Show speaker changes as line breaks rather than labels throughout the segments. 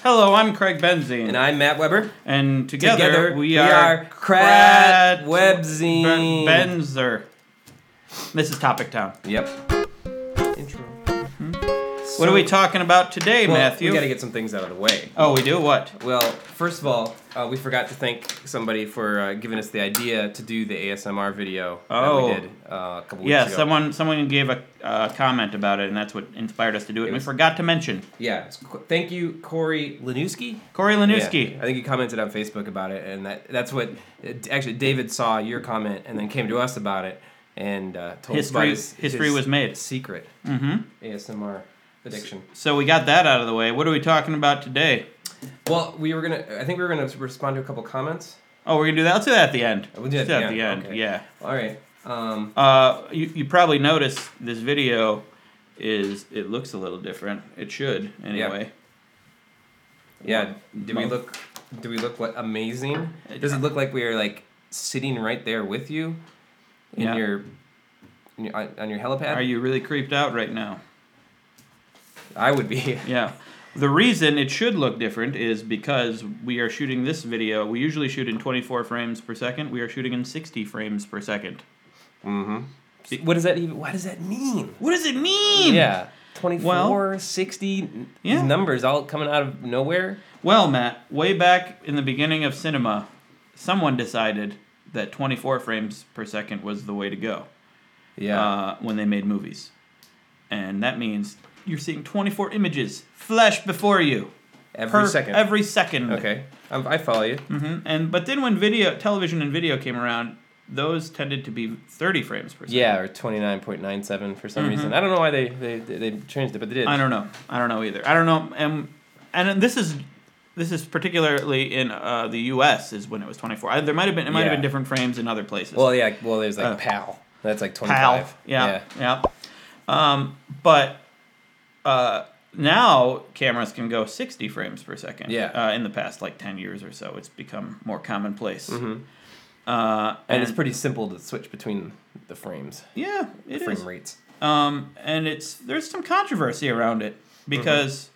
Hello, I'm Craig Benzine.
And I'm Matt Weber.
And together,
Together,
we,
we
are,
are Crat Webzine.
Ben- Benzer. This is Topic Town.
Yep. Intro.
What are we talking about today,
well,
Matthew?
We got to get some things out of the way.
oh, we do? What?
Well, first of all, uh, we forgot to thank somebody for uh, giving us the idea to do the ASMR video
Oh.
that we did uh, a couple weeks
Yeah,
ago.
someone someone gave a uh, comment about it, and that's what inspired us to do it. and we
was-
forgot to mention
Yeah. it's Qu- Thank you, Corey Lanewski.
Corey Lanewski.
Yeah, I think you commented on Facebook about it, and that that's what actually David saw your comment and then came to us about it and uh, told us about
History-
his,
history
his
was made.
secret
Mm-hmm.
ASMR addiction.
So we got that out of the way. What are we talking about today?
Well, we were gonna. I think we were gonna respond to a couple comments.
Oh, we're gonna do that. Let's do that at the end.
We'll do it
Let's
at
do
the
it
end, okay.
Yeah.
All right. Um,
Uh, you, you probably noticed this video is it looks a little different. It should anyway.
yeah. Do we
Well-
look? Do we look like amazing? Does it look like we are like sitting right there with you in
Yeah.
your in your, on your helipad?
Are you really creeped out right now?
I would be.
Yeah. The reason it should look different is because we are shooting this video. We usually shoot in 24 frames per second. We are shooting in 60 frames per second.
Mm-hmm. What does that even? What does that mean?
What does it mean?
Yeah. 24,
Well-
60 n-
Yeah.
numbers all coming out of nowhere.
Well, Matt, way back in the beginning of cinema, someone decided that 24 frames per second was the way to go. uh, when they made movies. And that means you're seeing 24 images flash before you
every
per-
second.
Every second.
okay. I'm, I follow you.
hmm And but then when video, television, and video came around, those tended to be 30 frames per second.
Yeah, or 29.97 for some reason. I don't know why they, they they they changed it, but they did.
I don't know. I don't know either. I don't know. And and then this is this is particularly in uh, the U.S. is when it was 24. I, there might have been it might have
Yeah.
been different frames in other places.
Well, yeah. Well, there's like
Uh,
PAL. That's like 25.
pal. Yeah, yeah. Um, but uh, now cameras can go 60 frames per second.
Yeah.
Uh, in the past like 10 years or so, it's become more commonplace.
Mm-hmm.
Uh, and,
And it's pretty simple to switch between the frames,
yeah,
the
it
frame
is.
rates.
Um, and it's there's some controversy around it
Mm-hmm.
because.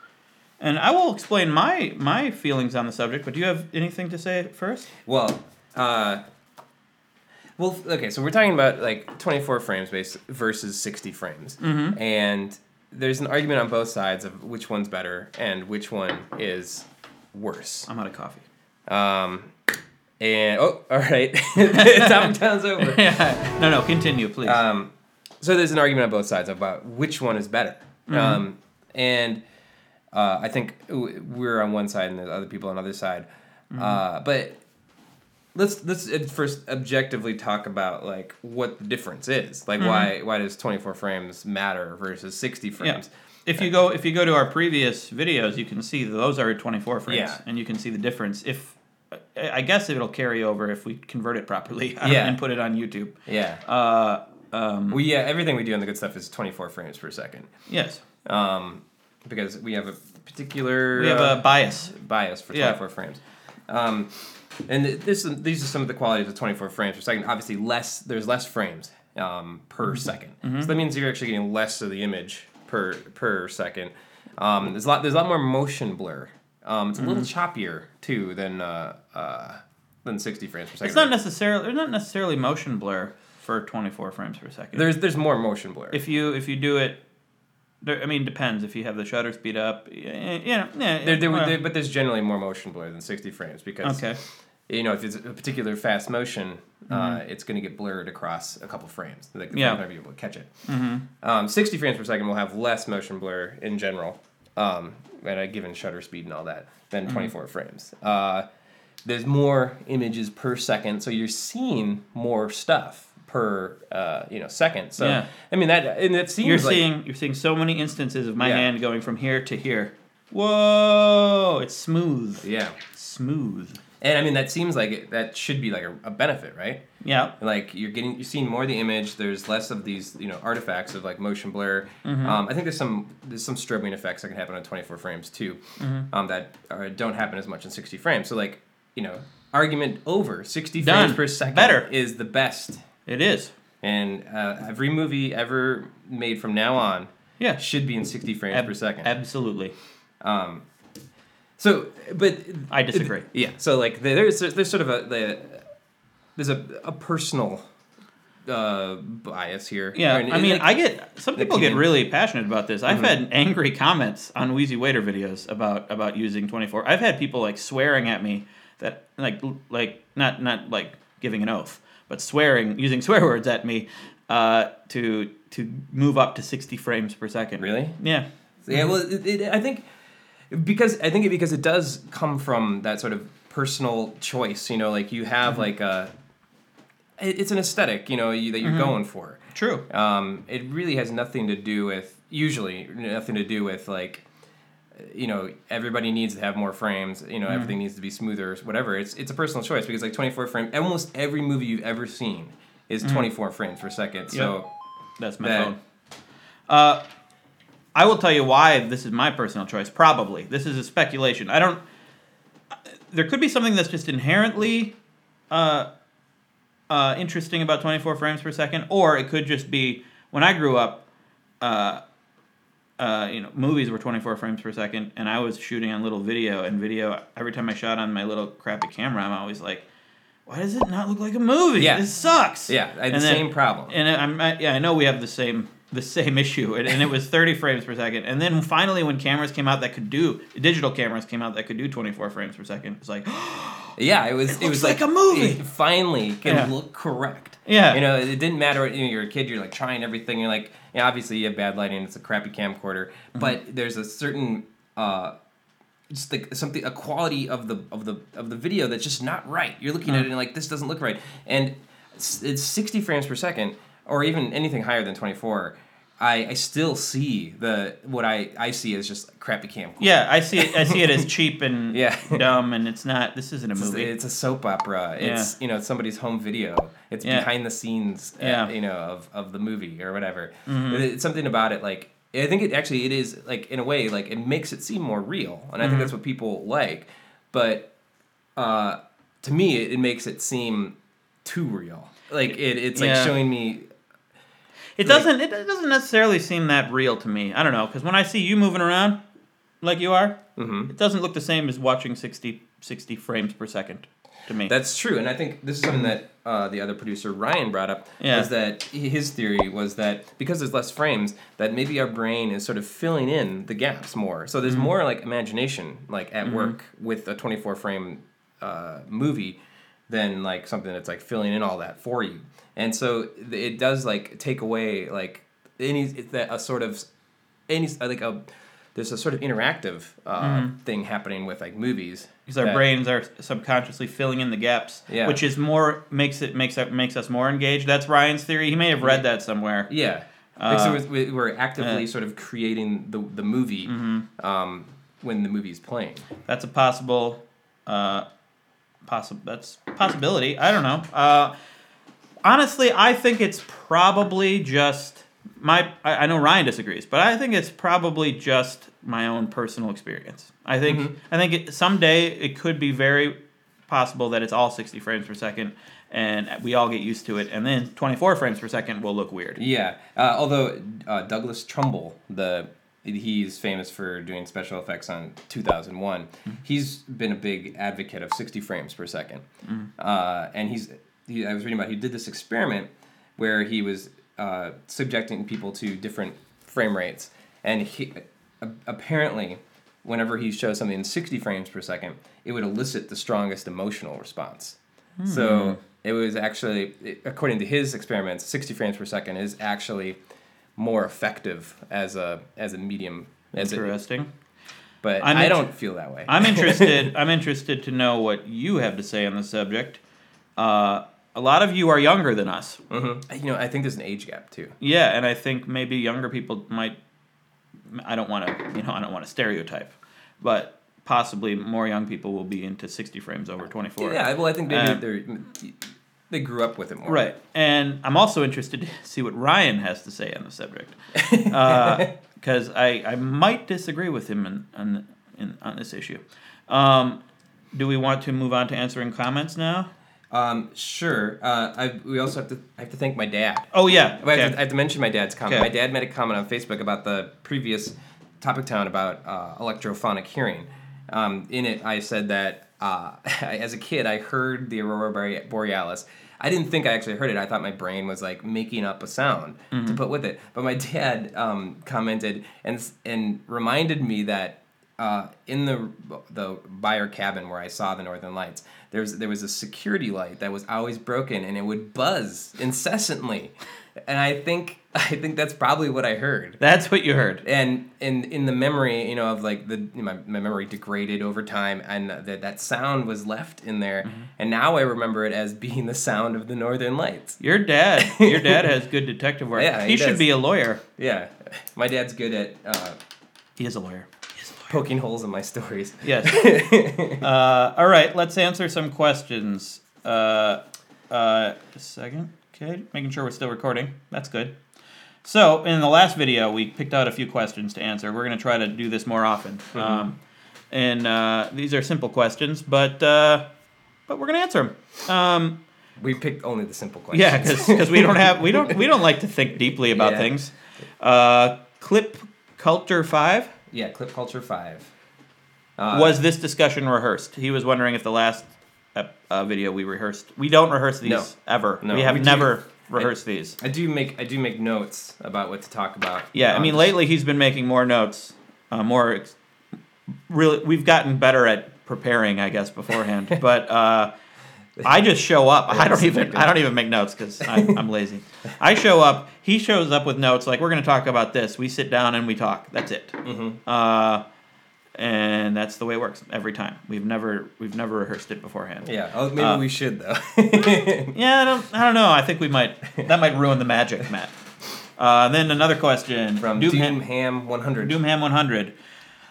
And I will explain my my feelings on the subject, but do you have anything to say first?
Well, uh, well, f- okay. So we're talking about like 24 frames base versus 60 frames, and there's an argument on both sides of which one's better and which one is worse.
I'm out of coffee.
Um, and oh, all right, time time's over.
no, no, continue, please.
Um, so there's an argument on both sides about which one is better.
Mm-hmm.
Um, and uh, I think w- we're on one side and there's other people on the other side.
Mm-hmm.
Uh, but let's let's uh, first objectively talk about like what the difference is. Like why why does 24 frames matter versus 60
Mm-hmm. Yeah.
frames?
If you go if you go to our previous videos, you can see those are 24 frames,
Yeah.
and you can see the difference. If I I guess it'll carry over if we convert it properly I don't-
Yeah.
and put it on YouTube.
Yeah.
Uh, um,
we yeah, everything we do on the good stuff is 24 frames per second.
yes,
Um, because we have a particular
we have
uh,
a bias.
bias for
Yeah.
24 frames. Um, and th- this these are some of the qualities of 24 frames per second. Obviously, less there's less frames um,
Mm-hmm.
per 2nd so that means you're actually getting less of the image per per second. Um, there's a lot there's a lot more motion blur. Um, it's a little
Mm-hmm.
choppier too than uh, uh, than 60 frames per second.
It's not necessarily there's not necessarily motion blur for 24 frames per second.
there's there's more motion blur.
if you if you do it, there, I mean, depends. If you have the shutter speed up, you know, yeah,
there, there,
well,
there- but there's generally more motion blur than 60 frames because
okay.
you know, if it's a particular fast motion, uh, it's going to get blurred across a couple frames. Like the
Mm-hmm. Yeah. Mm-hmm.
yeah. not be able to catch it. Um, 60 frames per second will have less motion blur in general um, at a given shutter speed and all that than
Mm-hmm.
24 frames. Uh, there's more images per second, so you're seeing more stuff per uh, you know second. So
Yeah.
I mean that and it seems
You're
like
seeing you're seeing so many instances of my
Yeah.
hand going from here to here. Whoa, it's smooth.
yeah,
Smooth.
and I mean that seems like it, that should be like a, a benefit, right?
Yeah.
like you're getting you're seeing more of the image there's less of these you know artifacts of like motion blur
Mm-hmm.
um, i think there's some there's some strobing effects that can happen on 24 frames too
Mm-hmm.
um, that are, don't happen as much in 60 frames so like you know argument over 60
Done.
frames per second
Better.
is the best
It is.
and uh, every movie ever made from now on
Yeah.
should be in 60 frames
Ab-
per second
Absolutely.
So, but
I disagree.
yeah. So like there- there's there's sort of a the, there's a, a personal uh, bias here.
Yeah,
And-
I
and,
mean,
like,
I get some people get
community-
really passionate about this. I've had angry comments on Wheezy Waiter videos about about using 24. I've had people like swearing at me that like l- like not not like giving an oath, but swearing using swear words at me uh, to to move up to 60 frames per second.
Really?
Yeah.
Yeah, well, it, it, I think because I think it because it does come from that sort of personal choice. You know, like you
Mm-hmm.
have like a it, it's an aesthetic. You know, you, that you're
Mm-hmm.
going for.
True.
Um, it really has nothing to do with usually nothing to do with like you know everybody needs to have more frames you know
Mm-hmm.
everything needs to be smoother whatever it's it's a personal choice because like 24 frame almost every movie you've ever seen is
Mm.
24 frames per second so
That's my
that-
phone. Uh, I will tell you why this is my personal choice. Probably this is a speculation. I don't. There could be something that's just inherently uh, uh, interesting about 24 frames per second, or it could just be when I grew up. Uh, uh, you know, movies were 24 frames per second, and I was shooting on little video. And video, every time I shot on my little crappy camera, I'm always like, "Why does it not look like a movie?
Yeah.
This sucks."
yeah I had the
And then-
same problem
and I- I'm I, yeah, I know we have the same the same issue, and, and it was 30 frames per second. And then finally, when cameras came out that could do digital cameras came out that could do 24 frames per second, it's like
Yeah, it was. It,
looks
was
like a movie.
It finally can
Yeah.
look correct.
Yeah.
you know, it didn't matter. You know, you're a kid. You're like trying everything. You're like, yeah, obviously you have bad lighting. It's a crappy camcorder,
Mm-hmm.
but there's a certain. uh just like something a quality of the of the of the video that's just not right. You're looking
Mm.
at it and like this doesn't look right. And s- it's 60 frames per second or even anything higher than 24. I, I still see the what I, I see as just crappy camcorder.
yeah, I see it I see it as cheap and
Yeah.
dumb, and it's not. This isn't a movie.
It's a soap opera. It's you know it's somebody's home video. It's
Yeah.
behind the scenes. uh,
Yeah. Mm-hmm.
you know of, of the movie or whatever. It- It's something about it. Like I think it actually it is like in a way like it makes it seem more real, and I think
Mm-hmm.
that's what people like. But uh, to me, it, it makes it seem too real. Like it, it's like
Yeah.
showing me.
it doesn't it doesn't necessarily seem that real to me. I don't know because when I see you moving around like you are, it doesn't look the same as watching 60 60 frames per second to me.
That's true, and I think this is something that uh, the other producer Ryan brought up.
Yeah.
Was that his theory was that because there's less frames, that maybe our brain is sort of filling in the gaps more. So
Mm-hmm.
there's more like imagination, like at work with a 24 frame uh, movie, than like something that's like filling in all that for you. And so th- it does like take away like any it's that a sort of any like a there's a sort of interactive uh, thing happening with like movies
Mm-hmm. because our
that-
brains are subconsciously filling in the gaps,
Yeah.
which is more makes it makes it makes us more engaged. That's Ryan's theory. He may have read that somewhere.
Yeah. Like, so
Uh,
it's- we- we're actively
yeah. Mm-hmm.
sort of creating the, the movie um, when the movie's playing.
That's a possible, uh, possible. That's a possibility. I don't know. Uh, honestly, I think it's probably just my. I, I know Ryan disagrees, but I think it's probably just my own personal experience. I think I think it, someday it could be very possible that it's all 60 frames per second and we all get used to it and then 24 frames per second will look weird
Yeah. Uh, although uh, Douglas Trumbull, the he's famous for doing special effects on 2001. He's been a big advocate of 60 frames per second. Uh, and he's he, I was reading about he did this experiment where he was uh, subjecting people to different frame rates, and he a- apparently. Whenever he shows something in 60 frames per second, it would elicit the strongest emotional response. So
Hmm.
it was actually, it- according to his experiments, 60 frames per second is actually more effective as a as a medium. As a,
interesting
but
I'm
I
inter-
don't feel that way.
I'm interested. I'm interested to know what you have to say on the subject. Uh, a lot of you are younger than us.
Mhm. You know, I think there's an age gap too.
Yeah, and I think maybe younger people might. I don't want to. You know, I don't want to stereotype, but possibly more young people will be into 60 frames over 24.
Yeah, well, I think maybe
Um,
they're they grew up with it more.
Right, and I'm also interested to see what Ryan has to say on the subject, because I, I might disagree with him in, on in, on this issue. Um, do we want to move on to answering comments now?
Um, sure. Uh, I we also have to I have to thank my dad.
Oh yeah.
Well, I, have
okay.
to, I have to mention my dad's comment.
Okay.
My dad made a comment on Facebook about the previous topic town about uh, electrophonic hearing, Um, in it, I said that uh, as a kid, I heard the aurora Bore- borealis. I didn't think I actually heard it. I thought my brain was like making up a sound
Mm-hmm.
to put with it. But my dad um, commented and s- and reminded me that uh, in the the buyer cabin where I saw the northern lights, there was there was a security light that was always broken and it would buzz incessantly. And I think I think that's probably what I heard
That's what you heard.
and in in the memory you know of like the my, my memory degraded over time and that that sound was left in there
Mm-hmm.
and now i remember it as being the sound of the northern lights
Your dad, your dad has good detective work.
Yeah,
he,
he
should
does.
be a lawyer.
yeah my dad's good at uh,
He is a lawyer.
poking holes in my stories
Yes. uh, all right, let's answer some questions. Uh, uh, a second. Okay, making sure we're still recording. That's good. So, in the last video, we picked out a few questions to answer. We're going to try to do this more often.
Mm-hmm.
Um, and uh, these are simple questions, but uh, but we're going to answer them. Um,
we picked only the simple
yeah,
questions
because we don't have we don't we don't like to think deeply about
Yeah.
things. Uh, Clip Culture Five.
yeah clip culture 5 uh,
was this discussion rehearsed? He was wondering if the last ep- uh, video we rehearsed. We don't rehearse these
No.
ever.
No.
We have
We do-
never rehearsed these.
i do make i do make notes about what to talk about
Yeah, I
Um,
mean, lately he's been making more notes, uh, more. Ex- really, we've gotten better at preparing, I guess, beforehand. but uh, I just show up. I don't
it's
even.
effective.
I don't even make notes because I'm, I'm lazy. I show up. He shows up with notes. Like we're going to talk about this. We sit down and we talk. That's it.
Mm-hmm.
Uh, and that's the way it works every time. We've never we've never rehearsed it beforehand.
yeah oh, maybe
Uh,
we should though
Yeah, I don't, I don't know. I think we might. That might ruin the magic, Matt. Uh, then another question
from
Doom-
doom ham 100
Doomham 100.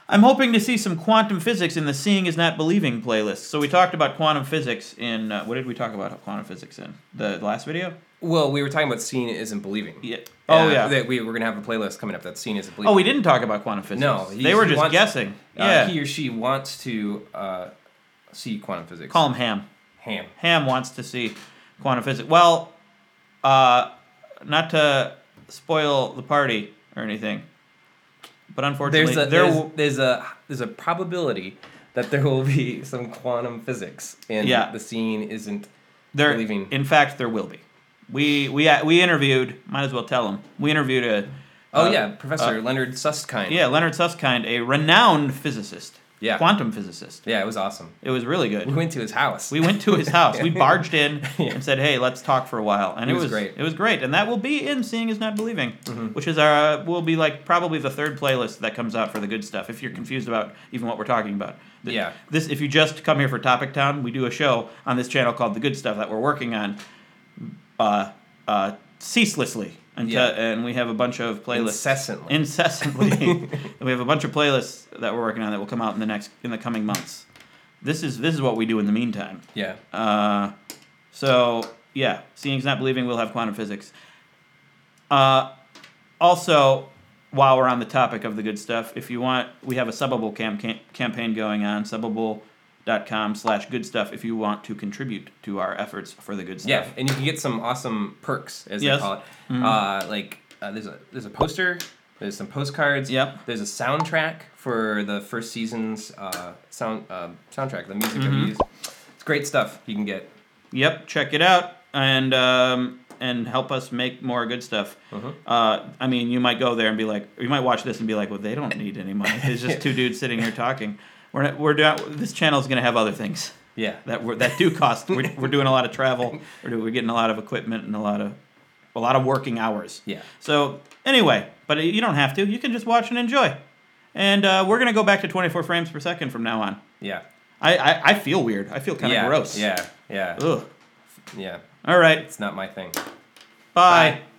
I'm hoping to see some quantum physics in the Seeing is Not Believing playlist. So we talked about quantum physics in uh, what did we talk about quantum physics in the last video?
well we were talking about seeing isn't believing
Yeah. Oh
Uh,
yeah.
That we, we're gonna have a playlist coming up that's seen as a
oh, we didn't talk about quantum physics.
No, he-
they were
he
just
wants-
guessing.
Uh,
yeah.
He or she wants to uh, see quantum physics.
Call him Ham.
Ham.
Ham wants to see quantum physics. Well, uh, not to spoil the party or anything, but unfortunately,
There's a
there
there's,
w-
there's a there's a probability that there will be some quantum physics and
Yeah.
the scene isn't
There,
believing-
in fact, there will be. We we uh, we interviewed. Might as well tell them. We interviewed a.
Oh
uh,
yeah, Professor Leonard Susskind.
yeah, Leonard Susskind, a renowned physicist.
Yeah.
Quantum physicist.
Yeah, it was awesome.
It was really
We
good.
went to his house.
We went to his house. We barged in
Yeah.
and said, "Hey, let's talk for a while." And
It
it,
was
was,
great. Mm-hmm.
It was great, and that will be in "Seeing Is Not Believing," which is our will be like probably the third playlist that comes out for the good stuff. If you're confused about even what we're talking about, Th-
Mm-hmm. Yeah.
This, if you just come here for Topic Town, we do a show on this channel called The Good Stuff that we're working on, uh, uh, ceaselessly, and uh,
Yeah.
and we have a bunch of playlists
incessantly.
incessantly. and we have a bunch of playlists that we're working on that will come out in the next in the coming months. This is this is what we do in the meantime.
yeah.
Uh, so yeah, seeing's not believing. We'll have quantum physics. Uh, also, while we're on the topic of the good stuff, if you want, we have a Subbable cam- cam- campaign going on. Subbable.com slash good stuff if you want to contribute to our efforts for the good stuff.
Yeah, and you can get some awesome perks, as
Yes. Mm-hmm.
they call it. Uh, like uh, there's a there's a poster, there's some postcards.
Yep.
There's a soundtrack for the first season's uh, sound uh, soundtrack, the music that
Mm-hmm.
we use. It's great stuff you can get.
Yep, check it out and um, and help us make more good stuff.
Mm-hmm.
Uh, I mean, you might go there and be like, or you might watch this and be like, well, they don't need any money. It's just two dudes sitting here talking. We're not, we're down, this channel's gonna have other things
Yeah.
that we're, that do cost. We're, we're doing a lot of travel. We're, doing, we're getting a lot of equipment and a lot of a lot of working hours.
Yeah.
So anyway, but you don't have to. You can just watch and enjoy. And uh, we're gonna go back to 24 frames per second from now on.
Yeah.
I I, I feel weird. I feel kind of
yeah.
gross.
Yeah. Yeah.
Ugh.
Yeah.
All right.
It's not my thing.
Bye.
Bye.